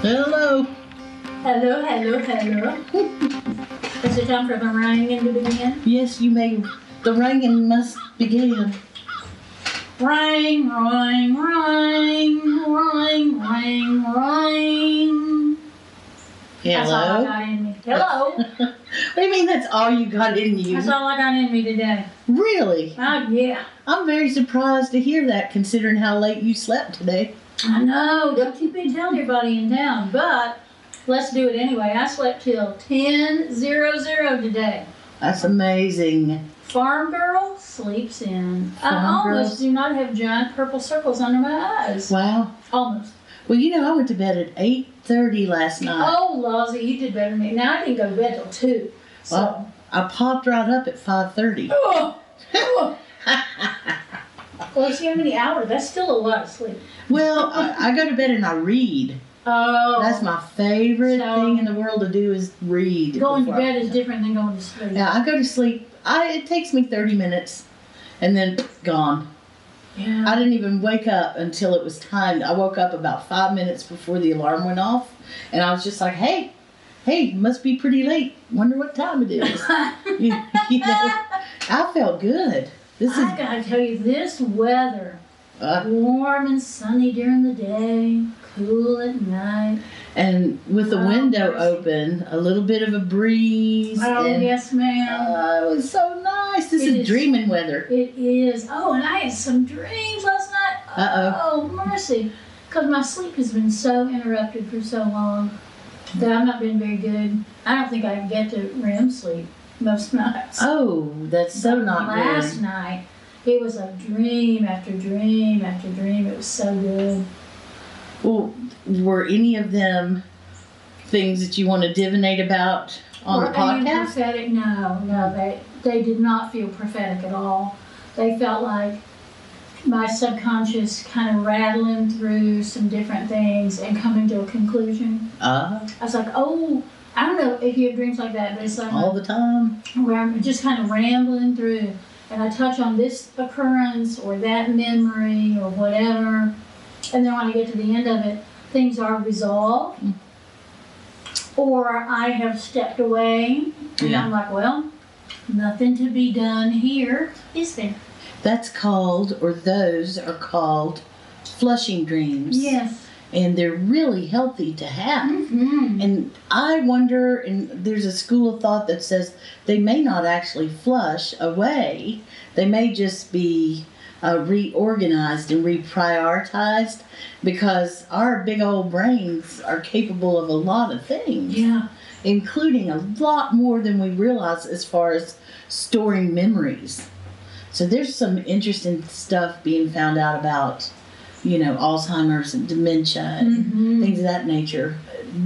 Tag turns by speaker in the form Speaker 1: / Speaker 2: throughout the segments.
Speaker 1: Hello.
Speaker 2: Hello, hello, hello. Is it time for the ringing to begin?
Speaker 1: Yes, you may. The ringing must begin.
Speaker 2: Ring, ring, ring, ring, ring, ring. That's all I
Speaker 1: Hello.
Speaker 2: got in me. Hello.
Speaker 1: What do you mean that's all you got in you?
Speaker 2: That's all I got in me today.
Speaker 1: Really?
Speaker 2: Oh, yeah.
Speaker 1: I'm very surprised to hear that considering how late you slept today.
Speaker 2: I know. Don't keep me telling everybody in town, but let's do it anyway. I slept till ten zero zero today.
Speaker 1: That's amazing.
Speaker 2: Farm girl sleeps in. I
Speaker 1: Farm girl.
Speaker 2: almost do not have giant purple circles under my eyes.
Speaker 1: Wow.
Speaker 2: Almost.
Speaker 1: Well, you know, I went to bed at 8.30 last night.
Speaker 2: Oh, Lozzie, you did better than me. Now I didn't go to bed till two. So.
Speaker 1: Well, I popped right up at 5.30.
Speaker 2: Oh, oh. well, see how many hours? That's still a lot of sleep.
Speaker 1: Well, I, I go to bed and I read.
Speaker 2: Oh,
Speaker 1: That's my favorite
Speaker 2: So-
Speaker 1: thing in the world to do is read.
Speaker 2: going to
Speaker 1: before I-
Speaker 2: bed is different than going to sleep.
Speaker 1: Yeah, I go to sleep. I it takes me thirty minutes, and then gone.
Speaker 2: Yeah.
Speaker 1: I didn't even wake up until it was timed. I woke up about five minutes before the alarm went off, and I was just like, "Hey, hey, must be pretty late. Wonder what time it is." you, you know, I felt good. This is
Speaker 2: I gotta tell you, this weather,
Speaker 1: uh,
Speaker 2: warm and sunny during the day, cool at night.
Speaker 1: and with the
Speaker 2: Oh,
Speaker 1: window
Speaker 2: mercy.
Speaker 1: open, a little bit of a breeze.
Speaker 2: Oh,
Speaker 1: and,
Speaker 2: yes, ma'am.
Speaker 1: Oh, it was so nice. This
Speaker 2: It
Speaker 1: is
Speaker 2: is-
Speaker 1: dreaming weather.
Speaker 2: It is. Oh, and I had some dreams last night.
Speaker 1: Uh-oh.
Speaker 2: Oh, mercy. Because my sleep has been so interrupted for so long that I've not been very good. I don't think I can get to REM sleep most nights.
Speaker 1: Oh, that's so
Speaker 2: But
Speaker 1: not good.
Speaker 2: Last night, it was a dream after dream after dream. It was so good.
Speaker 1: Well, were any of them things that you want to divinate about on
Speaker 2: Were
Speaker 1: the
Speaker 2: they
Speaker 1: podcast?
Speaker 2: prophetic? No, no, they, they did not feel prophetic at all. They felt like my subconscious kind of rattling through some different things and coming to a conclusion.
Speaker 1: Uh,
Speaker 2: I was like, oh, I don't know if you have dreams like that, but it's like
Speaker 1: all the time.
Speaker 2: where I'm just kind of rambling through and I touch on this occurrence or that memory or whatever. And then when I get to the end of it, things are resolved. Or I have stepped away and
Speaker 1: Yeah.
Speaker 2: I'm like, well, nothing to be done here, is there?
Speaker 1: That's called, or those are called, flushing dreams.
Speaker 2: Yes.
Speaker 1: And they're really healthy to have.
Speaker 2: hmm
Speaker 1: And I wonder, and there's a school of thought that says they may not actually flush away, they may just be uh, reorganized and reprioritized because our big old brains are capable of a lot of things,
Speaker 2: Yeah.
Speaker 1: including a lot more than we realize as far as storing memories. So there's some interesting stuff being found out about, you know, Alzheimer's and dementia and
Speaker 2: Mhm.
Speaker 1: things of that nature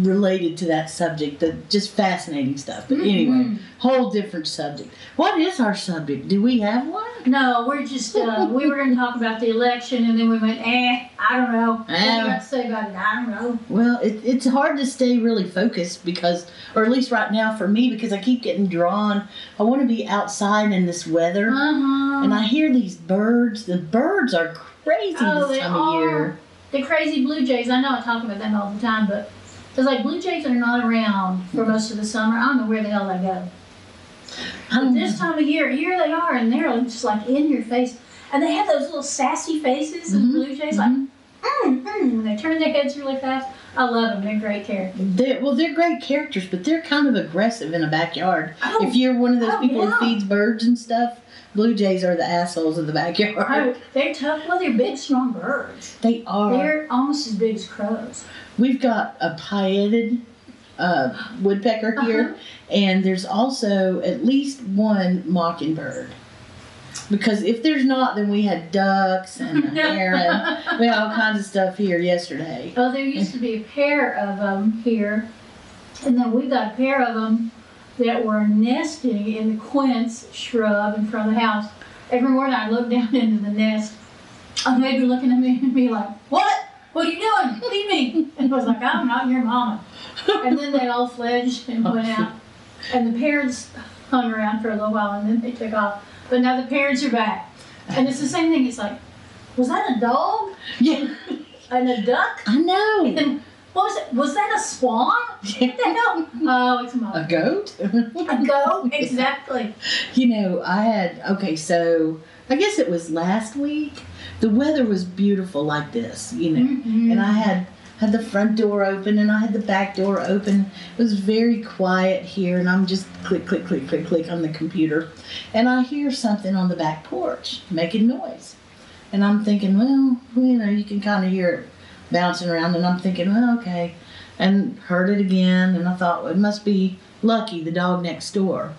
Speaker 1: related to that subject that just fascinating stuff but anyway
Speaker 2: Mhm.
Speaker 1: whole different subject what is our subject do we have one
Speaker 2: No, we're just uh, we were going to talk about the election, and then we went, eh, I don't know. What do you
Speaker 1: Eh.
Speaker 2: got to say about it? I don't know.
Speaker 1: well it, it's hard to stay really focused because or at least right now for me because i keep getting drawn i want to be outside in this weather
Speaker 2: Uh-huh.
Speaker 1: and i hear these birds the birds are crazy
Speaker 2: oh,
Speaker 1: this
Speaker 2: they
Speaker 1: time
Speaker 2: are
Speaker 1: of year
Speaker 2: the crazy blue jays. I know I talk about them all the time, but it's like blue jays are not around for most of the summer. I don't know where the hell they go.
Speaker 1: I
Speaker 2: But
Speaker 1: don't
Speaker 2: this time of year, here they are, and they're just like in your face, and they have those little sassy faces.
Speaker 1: Mhm.
Speaker 2: And blue jays
Speaker 1: Mm-hmm.
Speaker 2: like, mm, mm, and they turn their heads really fast. I love them. They're great characters.
Speaker 1: They're, well, they're great characters, but they're kind of aggressive in a backyard.
Speaker 2: Oh.
Speaker 1: If you're one of those
Speaker 2: Oh,
Speaker 1: people
Speaker 2: yeah.
Speaker 1: who feeds birds and stuff, blue jays are the assholes of the backyard.
Speaker 2: Oh, they're tough. Well, they're big, strong birds.
Speaker 1: They are.
Speaker 2: They're almost as big as crows.
Speaker 1: We've got a pietted uh,
Speaker 2: Uh-huh.
Speaker 1: woodpecker here, and there's also at least one mockingbird. Because if there's not, then we had ducks and a heron. we had all kinds of stuff here yesterday.
Speaker 2: Oh, there used to be a pair of them here, and then we got a pair of them that were nesting in the quince shrub in front of the house. Every morning I looked down into the nest, and they'd be looking at me and be like, "What? What are you doing? Leave me!" And I was like, "I'm not your mama." And then they all fledged and went out, and the parents hung around for a little while, and then they took off. But now the parents are back, and it's the same thing. It's like, was that a dog
Speaker 1: Yeah,
Speaker 2: and a duck?
Speaker 1: I know.
Speaker 2: And what was it? Was that a swan? What the hell? Oh, it's a
Speaker 1: A
Speaker 2: mother.
Speaker 1: goat?
Speaker 2: A goat? Exactly.
Speaker 1: You know, I had, okay, so I guess it was last week. The weather was beautiful like this, you know.
Speaker 2: Mm-hmm.
Speaker 1: and
Speaker 2: Mm.
Speaker 1: I had had the front door open and I had the back door open. It was very quiet here, and I'm just click, click, click, click, click on the computer, and I hear something on the back porch making noise, and I'm thinking, well, you know, you can kind of hear it bouncing around, and I'm thinking, well, okay, and heard it again, and I thought well, it must be Lucky, the dog next door.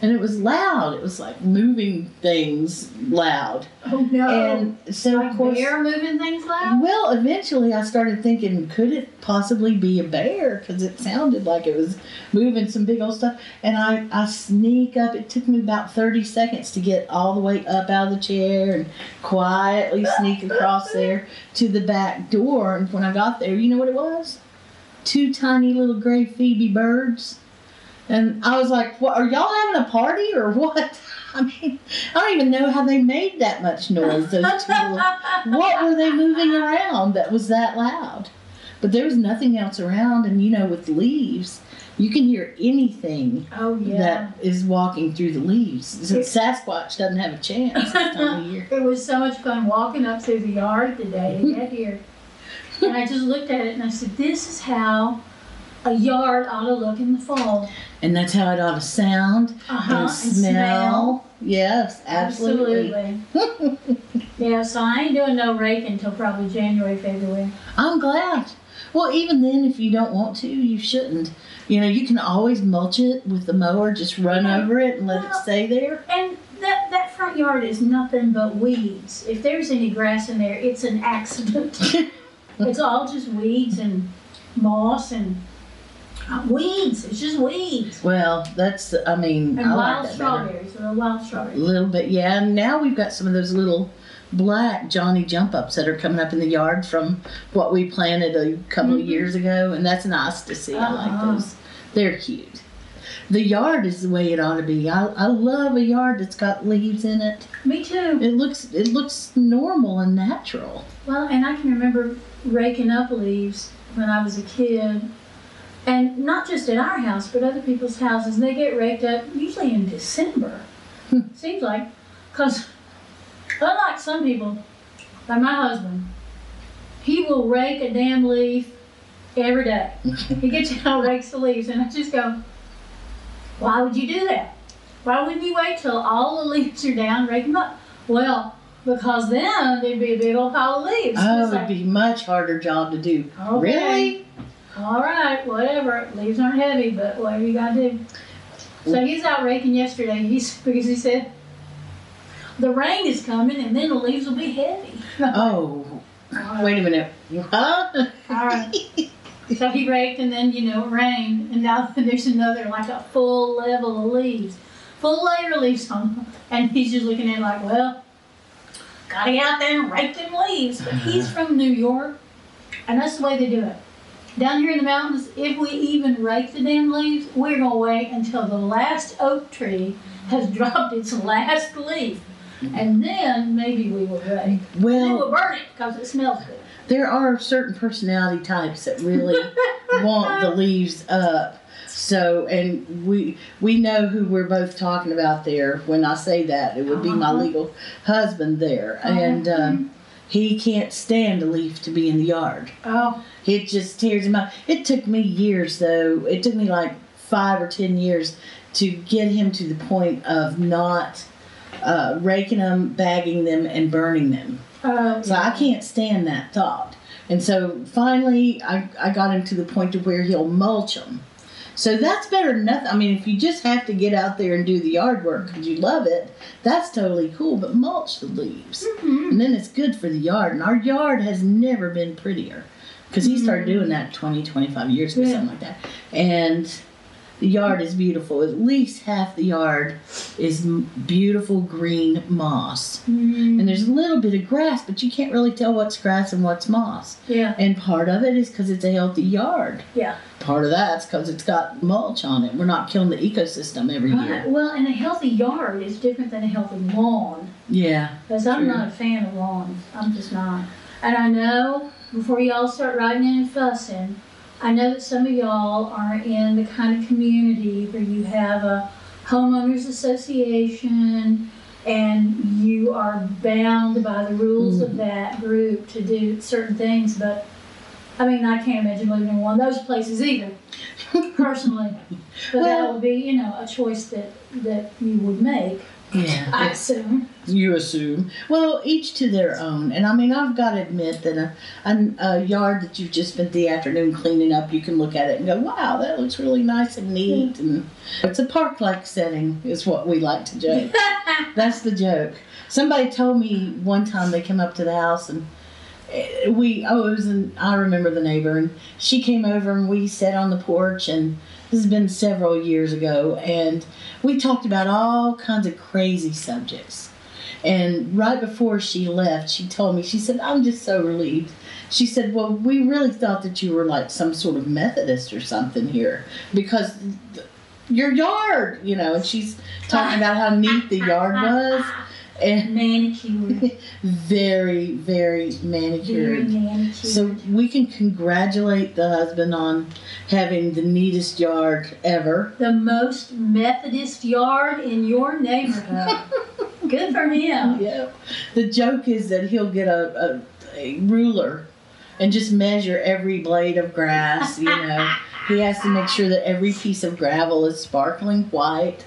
Speaker 1: And it was loud. It was like moving things loud.
Speaker 2: oh no.
Speaker 1: And so, of
Speaker 2: like
Speaker 1: course,
Speaker 2: bear moving things loud?
Speaker 1: well, eventually I started thinking, could it possibly be a bear? Because it sounded like it was moving some big old stuff. And I, I sneak up. It took me about 30 seconds to get all the way up out of the chair and quietly sneak across there to the back door. And when I got there, you know what it was? Two tiny little gray Phoebe birds. And I was like, what, are y'all having a party or what? I mean, I don't even know how they made that much noise, those two little what were they moving around that was that loud? But there was nothing else around, and you know, with leaves, you can hear anything
Speaker 2: Oh yeah.
Speaker 1: that is walking through the leaves. Since Sasquatch doesn't have a chance this time of year.
Speaker 2: It was so much fun walking up through the yard today to get here. And I just looked at it and I said, This is how a yard ought to look in the fall.
Speaker 1: And that's how it ought to sound
Speaker 2: Uh-huh.
Speaker 1: and smell. Yes, absolutely.
Speaker 2: Absolutely. yeah, so I ain't doing no rake until probably January, February.
Speaker 1: I'm glad. Well, even then, if you don't want to, you shouldn't. You know, you can always mulch it with the mower, just run over it and let it stay there.
Speaker 2: And that, that front yard is nothing but weeds. If there's any grass in there, it's an accident. it's all just weeds and moss and uh, weeds. It's just weeds.
Speaker 1: Well, that's, I mean,
Speaker 2: And
Speaker 1: I like
Speaker 2: wild
Speaker 1: that better.
Speaker 2: strawberries. There are wild
Speaker 1: A
Speaker 2: strawberries.
Speaker 1: little bit, yeah. And now we've got some of those little black Johnny jump ups that are coming up in the yard from what we planted a couple of
Speaker 2: Mhm.
Speaker 1: years ago, and that's nice to see. I like
Speaker 2: Uh-huh.
Speaker 1: those. They're cute. The yard is the way it ought to be. I, I love a yard that's got leaves in it.
Speaker 2: Me too.
Speaker 1: It looks it looks normal and natural.
Speaker 2: Well, and I can remember raking up leaves when I was a kid. And not just at our house, but other people's houses. They get raked up usually in December. Seems like. Because unlike some people, like my husband, he will rake a damn leaf every day. he gets out and rakes the leaves. And I just go, why would you do that? Why wouldn't you wait till all the leaves are down and rake them up? Well, because then there'd be a big old pile of leaves.
Speaker 1: Oh,
Speaker 2: It's like,
Speaker 1: it'd be much harder job to do.
Speaker 2: Okay.
Speaker 1: Really?
Speaker 2: All right, whatever. Leaves aren't heavy, but whatever you gotta do. So he's out raking yesterday. He's because he said the rain is coming and then the leaves will be heavy.
Speaker 1: Oh,
Speaker 2: All right.
Speaker 1: wait a minute. Huh?
Speaker 2: All right. So he raked and then you know it rained and now there's another like a full level of leaves, full layer of leaves on them, and he's just looking at it like, well, gotta get out there and rake them leaves. But he's from New York, and that's the way they do it. Down here in the mountains, if we even rake the damn leaves, we're gonna wait until the last oak tree has dropped its last leaf, and then maybe we will rake. Then
Speaker 1: Well,
Speaker 2: we'll burn it because it smells good.
Speaker 1: there are certain personality types that really want the leaves up. So, and we we know who we're both talking about there. When I say that, it would be my
Speaker 2: Uh-huh.
Speaker 1: legal husband there, and um, he can't stand a leaf to be in the yard.
Speaker 2: Oh,
Speaker 1: It just tears him up. It took me years, though. It took me like five or ten years to get him to the point of not uh, raking them, bagging them, and burning them.
Speaker 2: uh,
Speaker 1: So I can't stand that thought. And so finally, I, I got him to the point to where he'll mulch them. So that's better than nothing. I mean, if you just have to get out there and do the yard work because you love it, that's totally cool. But mulch the leaves,
Speaker 2: Mm-hmm.
Speaker 1: and then it's good for the yard. And our yard has never been prettier because he started
Speaker 2: Mhm.
Speaker 1: doing that 20, 25 years ago,
Speaker 2: Yeah.
Speaker 1: something like that. And the yard is beautiful. At least half the yard is m- beautiful green moss. And there's a
Speaker 2: Mm-hmm.
Speaker 1: little bit of grass, but you can't really tell what's grass and what's moss.
Speaker 2: yeah,
Speaker 1: And part of it is because it's a healthy yard.
Speaker 2: yeah.
Speaker 1: Part of that's because it's got mulch on it. We're not killing the ecosystem every
Speaker 2: Right.
Speaker 1: year.
Speaker 2: Well, and a healthy yard is different than a healthy lawn.
Speaker 1: Yeah.
Speaker 2: Because I'm
Speaker 1: True.
Speaker 2: not a fan of lawns. I'm just not. And I know, before y'all start riding in and fussing, I know that some of y'all are in the kind of community where you have a homeowners association and you are bound by the rules of that group to do certain things. But I mean, I can't imagine living in one of those places either, personally. But that
Speaker 1: Well-
Speaker 2: would be, you know, a choice that, that you would make,
Speaker 1: Yeah.
Speaker 2: I assume.
Speaker 1: you assume. Well, each to their own. And I mean, I've got to admit that a, a, a yard that you've just spent the afternoon cleaning up, you can look at it and go, wow, that looks really nice and neat.
Speaker 2: Mm-hmm.
Speaker 1: And it's a park like setting, is what we like to joke. That's the joke. Somebody told me one time they came up to the house and eh, we oh it was an I remember the neighbor and she came over and we sat on the porch and this has been several years ago and we talked about all kinds of crazy subjects. And right before she left, she told me, she said, I'm just so relieved. She said, Well, we really thought that you were like some sort of Methodist or something here because th- your yard, you know, and she's talking about how neat the yard was and
Speaker 2: Manicured.
Speaker 1: very, very manicured.
Speaker 2: Very
Speaker 1: So we can congratulate the husband on having the neatest yard ever.
Speaker 2: the most Methodist yard in your neighborhood. Good for him.
Speaker 1: Oh, Yeah. The joke is that he'll get a, a, a ruler and just measure every blade of grass, you know. He has to make sure that every piece of gravel is sparkling white.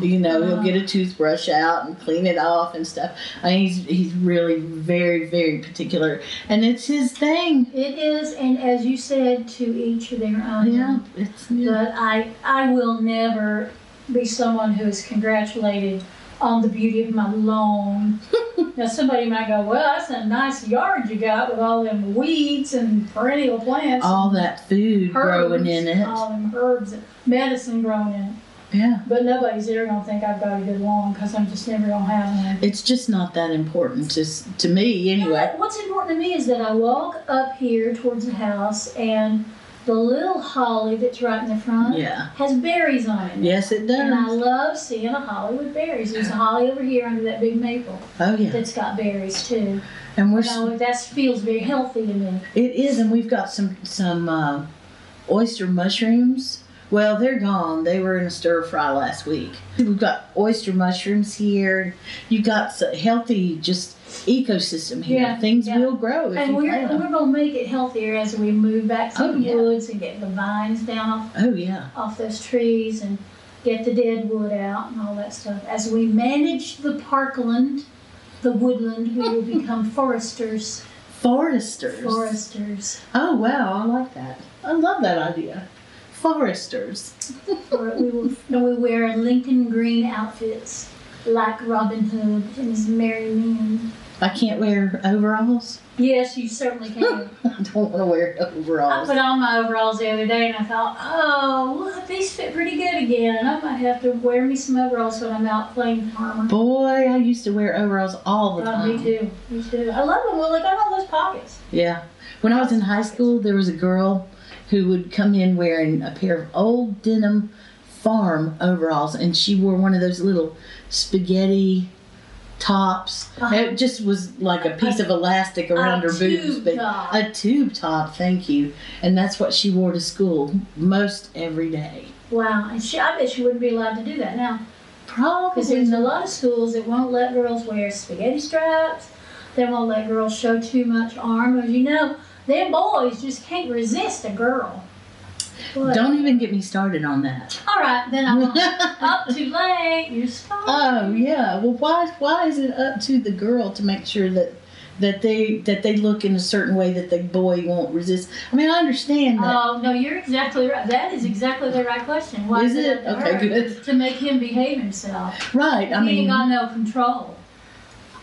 Speaker 1: You know, he'll get a toothbrush out and clean it off and stuff. I mean, he's he's really very very particular, and it's his thing.
Speaker 2: It is, and as you said, to each their own.
Speaker 1: Oh, Yeah, it's yeah.
Speaker 2: But I, I will never be someone who is congratulated on the beauty of my lawn. now somebody might go, well, that's a nice yard you got with all them weeds and perennial plants.
Speaker 1: all that food growing in
Speaker 2: herbs, Oh.
Speaker 1: it.
Speaker 2: All them herbs, and medicine growing in it.
Speaker 1: Yeah,
Speaker 2: But nobody's ever gonna think I've got a good lawn because I'm just never gonna have one.
Speaker 1: it's just not that important to s- to me
Speaker 2: You know
Speaker 1: anyway.
Speaker 2: what- What's important to me is that I walk up here towards the house and the little holly that's right in the front
Speaker 1: Yeah.
Speaker 2: has berries on it.
Speaker 1: Yes, it
Speaker 2: Uh-huh. And I
Speaker 1: does.
Speaker 2: love seeing a holly with berries. There's a holly over here under that big maple
Speaker 1: Oh yeah,
Speaker 2: that's got berries too.
Speaker 1: and we're.
Speaker 2: You
Speaker 1: s-
Speaker 2: know, that feels very healthy to me.
Speaker 1: It is, and we've got some some uh, oyster mushrooms. Well, they're gone. They were in a stir fry last week. We've got oyster mushrooms here. You've got s- healthy just ecosystem here.
Speaker 2: Yeah,
Speaker 1: Things
Speaker 2: yeah.
Speaker 1: will grow if
Speaker 2: And
Speaker 1: you
Speaker 2: we're,
Speaker 1: plant
Speaker 2: and
Speaker 1: 'em.
Speaker 2: we're gonna make it healthier as we move back to
Speaker 1: Oh,
Speaker 2: the
Speaker 1: yeah.
Speaker 2: woods and get the vines down off
Speaker 1: Oh yeah,
Speaker 2: off those trees and get the dead wood out and all that stuff. As we manage the parkland, the woodland, we will become foresters.
Speaker 1: foresters.
Speaker 2: Foresters.
Speaker 1: Oh wow, I like that. I love that idea. Foresters.
Speaker 2: Or we will no, we wear Lincoln green outfits like Robin Hood and his merry men.
Speaker 1: I can't wear overalls.
Speaker 2: Yes, you certainly can.
Speaker 1: I don't want to wear
Speaker 2: I
Speaker 1: overalls.
Speaker 2: put on my overalls the other day and I thought, oh, look, these fit pretty good again. And I might have to wear me some overalls when I'm out playing farmer.
Speaker 1: Boy, I used to wear overalls all the
Speaker 2: Oh, me
Speaker 1: time.
Speaker 2: too. Me too. I love them. Well, look, I got all those pockets.
Speaker 1: Yeah. When I was in high school, there was a girl who would come in wearing a pair of old denim farm overalls, and she wore one of those little spaghetti tops.
Speaker 2: Uh-huh.
Speaker 1: It just was like a piece of elastic around
Speaker 2: A
Speaker 1: her boobs,
Speaker 2: tube
Speaker 1: but
Speaker 2: top.
Speaker 1: a tube top. Thank you. And that's what she wore to school most every day.
Speaker 2: Wow, and she, I bet she wouldn't be allowed to do that now. Because
Speaker 1: Probably
Speaker 2: there's a lot of schools that won't let girls wear spaghetti straps, they won't let girls show too much arm. As you know, them boys just can't resist a girl. But-
Speaker 1: Don't even get me started on that.
Speaker 2: All right, then I'm up too late. You're sorry.
Speaker 1: Oh yeah. Well, why why is it up to the girl to make sure that that they that they look in a certain way that the boy won't resist. I mean, I understand that.
Speaker 2: Oh, no, you're exactly right. That is exactly the right question. Why
Speaker 1: Is
Speaker 2: is
Speaker 1: it?
Speaker 2: it up to
Speaker 1: Okay,
Speaker 2: her
Speaker 1: good.
Speaker 2: To make him behave himself.
Speaker 1: right. I
Speaker 2: he ain't
Speaker 1: mean,
Speaker 2: got no control.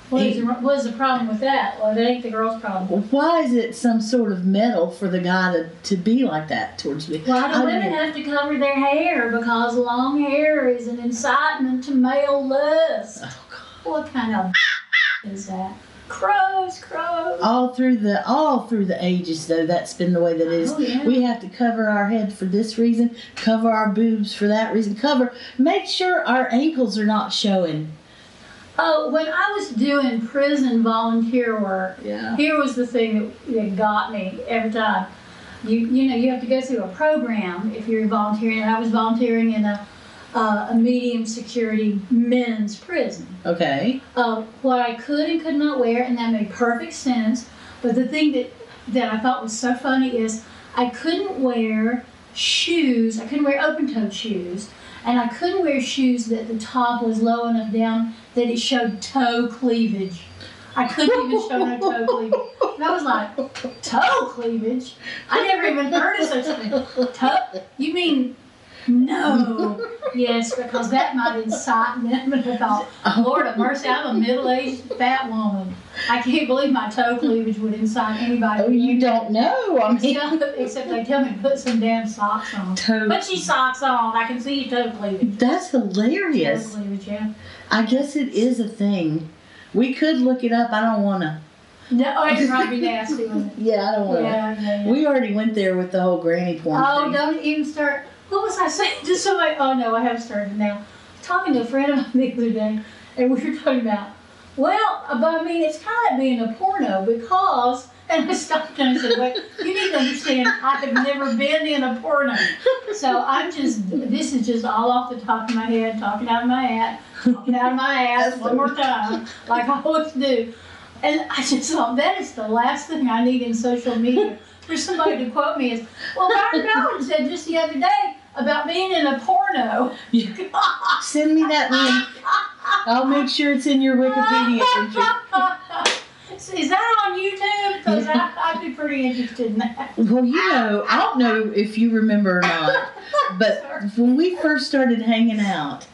Speaker 2: What is, the, what is the problem with that? Well, that ain't the girl's problem.
Speaker 1: why is it some sort of medal for the guy to, to be like that towards me?
Speaker 2: Why do
Speaker 1: I
Speaker 2: women
Speaker 1: mean-
Speaker 2: have to cover their hair? Because long hair is an incitement to male lust.
Speaker 1: Oh, God.
Speaker 2: What kind of is that? Crows, crows.
Speaker 1: All through the all through the ages, though, that's been the way that it is.
Speaker 2: Oh, yeah.
Speaker 1: We have to cover our head for this reason, cover our boobs for that reason, cover. Make sure our ankles are not showing.
Speaker 2: Oh, when I was doing prison volunteer work,
Speaker 1: Yeah.
Speaker 2: here was the thing that, that got me every time. You you know you have to go through a program if you're volunteering. And I was volunteering in a uh, a medium security men's prison.
Speaker 1: Okay.
Speaker 2: Of what I could and could not wear, and that made perfect sense. But the thing that that I thought was so funny is I couldn't wear shoes. I couldn't wear open-toed shoes, and I couldn't wear shoes that the top was low enough down that it showed toe cleavage. I couldn't even show no toe cleavage. And I was like, toe cleavage? I never even heard of such a thing. Toe? You mean
Speaker 1: Um,
Speaker 2: no? Yes, because that might incite them. And I thought, Lord of mercy, I'm a middle-aged fat woman. I can't believe my toe cleavage would incite anybody.
Speaker 1: Oh, you don't know. I mean,
Speaker 2: Except, except they tell me to put some damn socks on.
Speaker 1: toe.
Speaker 2: Put your socks on. I can see your toe cleavage.
Speaker 1: That's hilarious.
Speaker 2: Toe cleavage, yeah.
Speaker 1: I guess it is a thing. We could look it up. I don't want to.
Speaker 2: No, oh, it might be nasty, wouldn't it?
Speaker 1: Yeah, I don't want to.
Speaker 2: Yeah, yeah, yeah.
Speaker 1: We already went there with the whole granny porn.
Speaker 2: Oh,
Speaker 1: thing.
Speaker 2: don't even start. What was I saying to somebody? Oh no, I have started now. Talking to a friend of mine the other day, and we were talking about. Well, but I mean, it's kind of like being a porno because. And I stopped and I said, "Wait, you need to understand. I have never been in a porno, so I'm just. This is just all off the top of my head, talking out of my ass, talking out of my ass one more time, like I always do." And I just thought that is the last thing I need in social media for somebody to quote me as, well, Robert Dolan said just the other day about being in a porno.
Speaker 1: Send me that link. I'll make sure it's in your Wikipedia entry.
Speaker 2: Is that on YouTube? Because I'd be pretty interested in that.
Speaker 1: Well, you know, I don't know if you remember or not, but when we first started hanging out,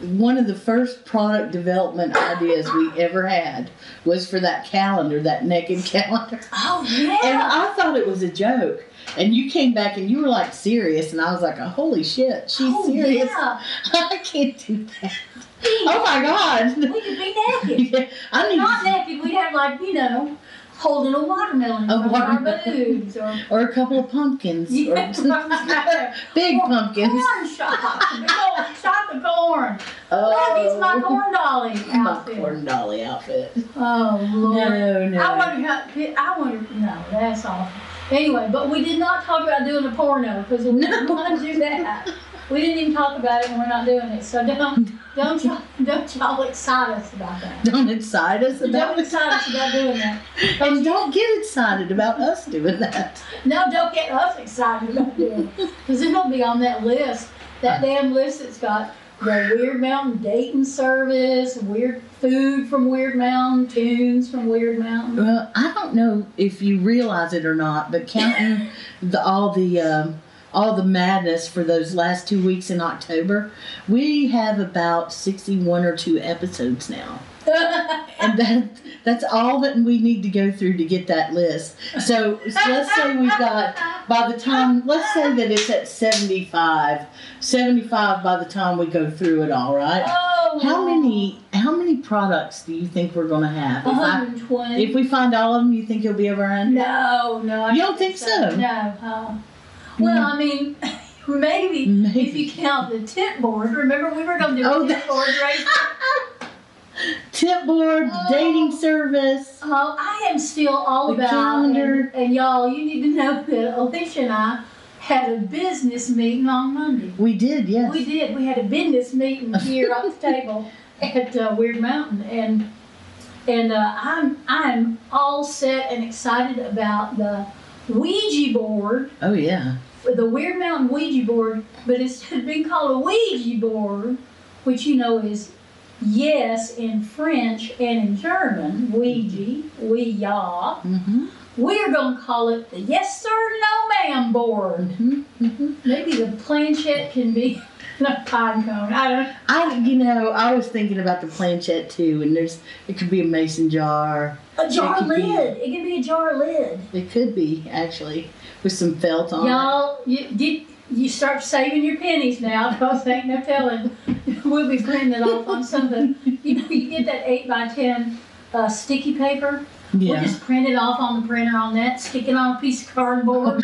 Speaker 1: one of the first product development ideas we ever had was for that calendar, that naked calendar.
Speaker 2: Oh,
Speaker 1: And
Speaker 2: yeah.
Speaker 1: I thought it was a joke. And you came back and you were like serious, and I was like, oh, "Holy shit, she's
Speaker 2: oh,
Speaker 1: serious!
Speaker 2: Yeah.
Speaker 1: I can't do that."
Speaker 2: Being-
Speaker 1: Oh my god!
Speaker 2: We could be naked.
Speaker 1: Yeah, I need
Speaker 2: Not naked. We'd have, like, you know, holding a watermelon
Speaker 1: A
Speaker 2: from
Speaker 1: watermelon.
Speaker 2: our boobs or
Speaker 1: or a couple of pumpkins,
Speaker 2: Yeah,
Speaker 1: or
Speaker 2: right.
Speaker 1: big
Speaker 2: Corn-
Speaker 1: pumpkins.
Speaker 2: corn shop. Corn shop the corn. Look, it's my
Speaker 1: Oh.
Speaker 2: corn dolly
Speaker 1: my
Speaker 2: outfit.
Speaker 1: corn dolly outfit.
Speaker 2: Oh, Lord.
Speaker 1: No, no.
Speaker 2: I wonder how. I wonder. No, that's awful. Anyway, but we did not talk about doing a porno because we didn't want to do that. We didn't even talk about it, and we're not doing it. So don't, don't, y'all, don't y'all excite us about that.
Speaker 1: Don't excite us about
Speaker 2: Don't
Speaker 1: it,
Speaker 2: excite us about doing that.
Speaker 1: and don't get excited about us doing that.
Speaker 2: No, don't get us excited about doing it because it'll be on that list, that damn list that's got the Weird Mountain dating service, weird food from Weird Mountain, tunes from Weird Mountain.
Speaker 1: Well, I don't know if you realize it or not, but counting the, all the um, all the madness for those last two weeks in October, we have about sixty-one or two episodes now, and that that's all that we need to go through to get that list. So, so let's say we've got by the time let's say that it's at 75 75 by the time we go through it all right
Speaker 2: Oh,
Speaker 1: how many how many products do you think we're going to have If I-
Speaker 2: Uh-huh. 120.
Speaker 1: if we find all of them, you think you'll be over hundred?
Speaker 2: No, no. I
Speaker 1: You don't think so?
Speaker 2: No. Uh, well, I mean, maybe,
Speaker 1: Maybe.
Speaker 2: if you count the tent board. Remember, we were going to do
Speaker 1: Oh,
Speaker 2: a tent
Speaker 1: that-
Speaker 2: board race.
Speaker 1: Tip board,
Speaker 2: Oh.
Speaker 1: dating service.
Speaker 2: Oh, I am still all
Speaker 1: The
Speaker 2: about
Speaker 1: calendar.
Speaker 2: And, and y'all, you need to know that Alicia and I had a business meeting on Monday.
Speaker 1: We did, yes.
Speaker 2: We did. We had a business meeting here on the table at uh, Weird Mountain, and and uh, I'm I'm all set and excited about the Ouija board,
Speaker 1: Oh yeah.
Speaker 2: the Weird Mountain Ouija board, but it's been called a Ouija board, which you know is yes in French and in German, Ouija, we ya.
Speaker 1: Mm-hmm.
Speaker 2: We're going to call it the Yes Sir No Ma'am Board.
Speaker 1: Mm-hmm.
Speaker 2: Maybe the planchette can be a pine cone. I don't know.
Speaker 1: I, you know, I was thinking about the planchette too, and there's it could be a mason jar.
Speaker 2: A jar
Speaker 1: could be-
Speaker 2: lid. It could be a jar lid.
Speaker 1: It could be actually with some felt on it.
Speaker 2: Y'all, you did. You start saving your pennies now, because ain't no telling. We'll be printing it off on something. You know, you get that eight by ten uh, sticky paper. We'll
Speaker 1: Yeah.
Speaker 2: just print it off on the printer on that, stick it on a piece of cardboard,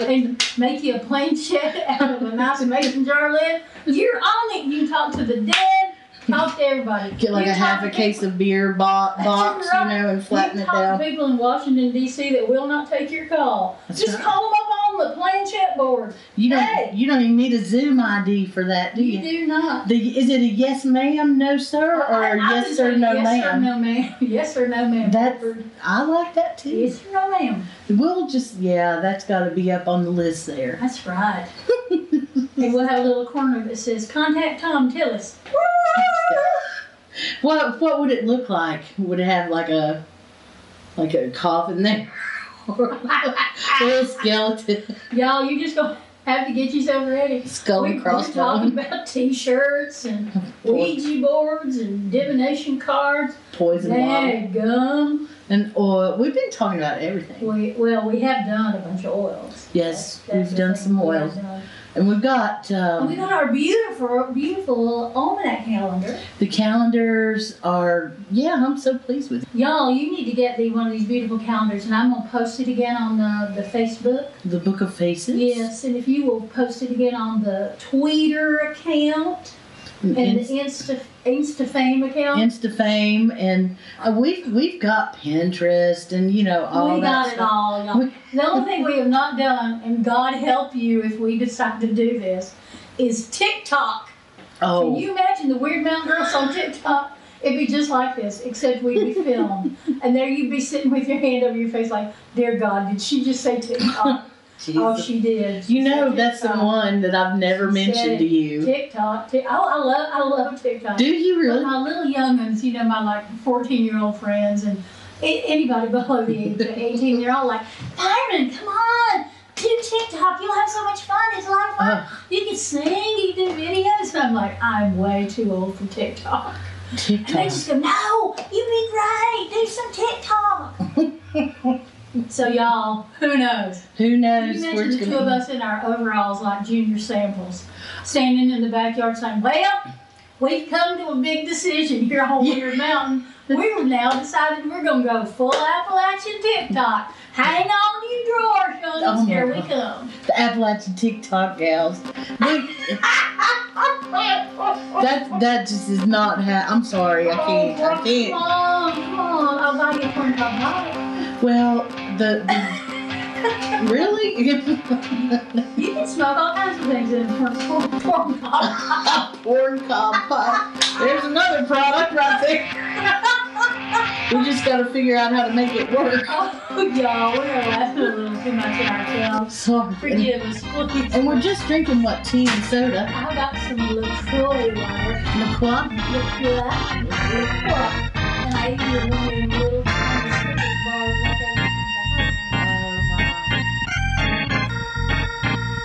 Speaker 2: and make you a planchette out of a nice mason jar lid. You're on it. You can talk to the dead, talk to everybody.
Speaker 1: Get like
Speaker 2: You
Speaker 1: a half
Speaker 2: talk
Speaker 1: a
Speaker 2: to
Speaker 1: case of beer bo-
Speaker 2: That's
Speaker 1: box, you
Speaker 2: right.
Speaker 1: know, and flatten
Speaker 2: you
Speaker 1: it
Speaker 2: talk
Speaker 1: down.
Speaker 2: to people in Washington D.C. that will not take your call.
Speaker 1: That's
Speaker 2: Just
Speaker 1: right.
Speaker 2: call them up on the planchette board.
Speaker 1: You don't.
Speaker 2: Hey!
Speaker 1: You don't even need a Zoom ID for that, do
Speaker 2: You
Speaker 1: you?
Speaker 2: do not.
Speaker 1: The, is it a yes, ma'am, no, sir, or
Speaker 2: I- I
Speaker 1: yes,
Speaker 2: just
Speaker 1: sir,
Speaker 2: say
Speaker 1: no,
Speaker 2: yes
Speaker 1: ma'am?
Speaker 2: or no, ma'am. Yes or no, ma'am.
Speaker 1: That's-
Speaker 2: Board.
Speaker 1: I like that too.
Speaker 2: Yes or no, ma'am.
Speaker 1: We'll just, yeah, that's got to be up on the list there.
Speaker 2: That's right. and we'll have a little corner that says, contact Tom Tillis.
Speaker 1: What What would it look like? Would it have like a like a coffin there, or a skeleton
Speaker 2: Y'all, you just going to have to get yourself ready.
Speaker 1: skull
Speaker 2: We-
Speaker 1: and
Speaker 2: We're talking
Speaker 1: crossbones,
Speaker 2: about T-shirts and
Speaker 1: Poison-
Speaker 2: Ouija boards and divination cards.
Speaker 1: poison bottle,
Speaker 2: Dad gum.
Speaker 1: and oil? We've been talking about everything,
Speaker 2: We, well, we have done a bunch of oils.
Speaker 1: Yes,
Speaker 2: That's- that's
Speaker 1: we've
Speaker 2: the
Speaker 1: done
Speaker 2: thing
Speaker 1: some
Speaker 2: we have
Speaker 1: oils.
Speaker 2: done.
Speaker 1: and we've got
Speaker 2: And Oh, we
Speaker 1: um,
Speaker 2: got our beautiful, beautiful almanac calendar.
Speaker 1: the calendars are. Yeah, I'm so pleased with
Speaker 2: Y'all, you need to get the one of these beautiful calendars, and I'm gonna post it again on the, the Facebook.
Speaker 1: it. the book of faces.
Speaker 2: Yes, and if you will post it again on the Twitter account
Speaker 1: and,
Speaker 2: and the
Speaker 1: Inst-
Speaker 2: Insta Instafame account.
Speaker 1: Instafame, and uh, we've we've got Pinterest, and you know all
Speaker 2: we
Speaker 1: that.
Speaker 2: got it
Speaker 1: stuff.
Speaker 2: all, y'all.
Speaker 1: We-
Speaker 2: The only thing we have not done, and God help you if we decide to do this, is TikTok. Can
Speaker 1: Oh,
Speaker 2: you imagine the Weird Mountain Girls on TikTok? It'd be just like this, except we'd be filmed. and there you'd be sitting with your hand over your face, like, Dear God, did she just say TikTok?
Speaker 1: Jesus.
Speaker 2: oh, she did. She
Speaker 1: You know,
Speaker 2: said
Speaker 1: that's the
Speaker 2: TikTok.
Speaker 1: one that I've never
Speaker 2: She said
Speaker 1: mentioned to you.
Speaker 2: TikTok. Tik- oh, I love, I love TikTok.
Speaker 1: Do you
Speaker 2: But
Speaker 1: really?
Speaker 2: my little young'uns, you know, my like 14 year old friends and a- anybody below the age of 18, they're all like, Byron, come on, do TikTok. You'll have so much fun. It's a lot of fun.
Speaker 1: Oh,
Speaker 2: You can sing, you can do videos. And I'm like, I'm way too old for TikTok. And they
Speaker 1: TikTok.
Speaker 2: just go, No, you be right. Do some TikTok. so, y'all, who knows?
Speaker 1: Who
Speaker 2: Can
Speaker 1: knows
Speaker 2: you
Speaker 1: where
Speaker 2: imagine
Speaker 1: it's
Speaker 2: the two of
Speaker 1: going to
Speaker 2: us in our overalls like junior samples, standing in the backyard saying, well, we've come to a big decision here on Weird Mountain. We've now decided we're going to go full Appalachian TikTok. Hang on to your drawers,
Speaker 1: Oh, my
Speaker 2: youngins. here we
Speaker 1: God.
Speaker 2: come.
Speaker 1: be? The Appalachian TikTok gals. We- that that just is not how. I'm sorry, I can't. I
Speaker 2: Come
Speaker 1: can't.
Speaker 2: on, come on. I'll buy you a corn cob pie.
Speaker 1: Well, the, the really
Speaker 2: You can smoke all kinds of things in a corn corn- corn cob pie.
Speaker 1: corn cob pie. There's another product right there. We just got to figure out how to make it work.
Speaker 2: Oh, y'all, we're laughing a little too much at ourselves.
Speaker 1: Sorry.
Speaker 2: Forgive us, please.
Speaker 1: And we're just drinking what tea and soda.
Speaker 2: How about some LaCroix water?
Speaker 1: McClock
Speaker 2: LaCroix? LaCroix. And I even wanted a little tiny Snickers bar left over from the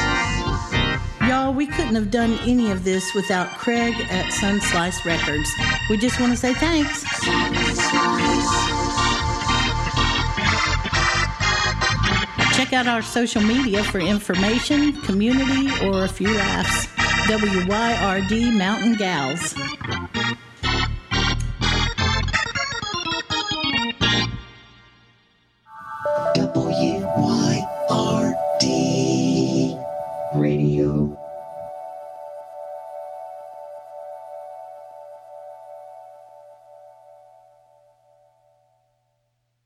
Speaker 1: Y'all, we couldn't have done any of this without Craig at Sunslice Records. We just want to say thanks. Check out our social media for information, community, or a few laughs. WYRD Mountain Gals.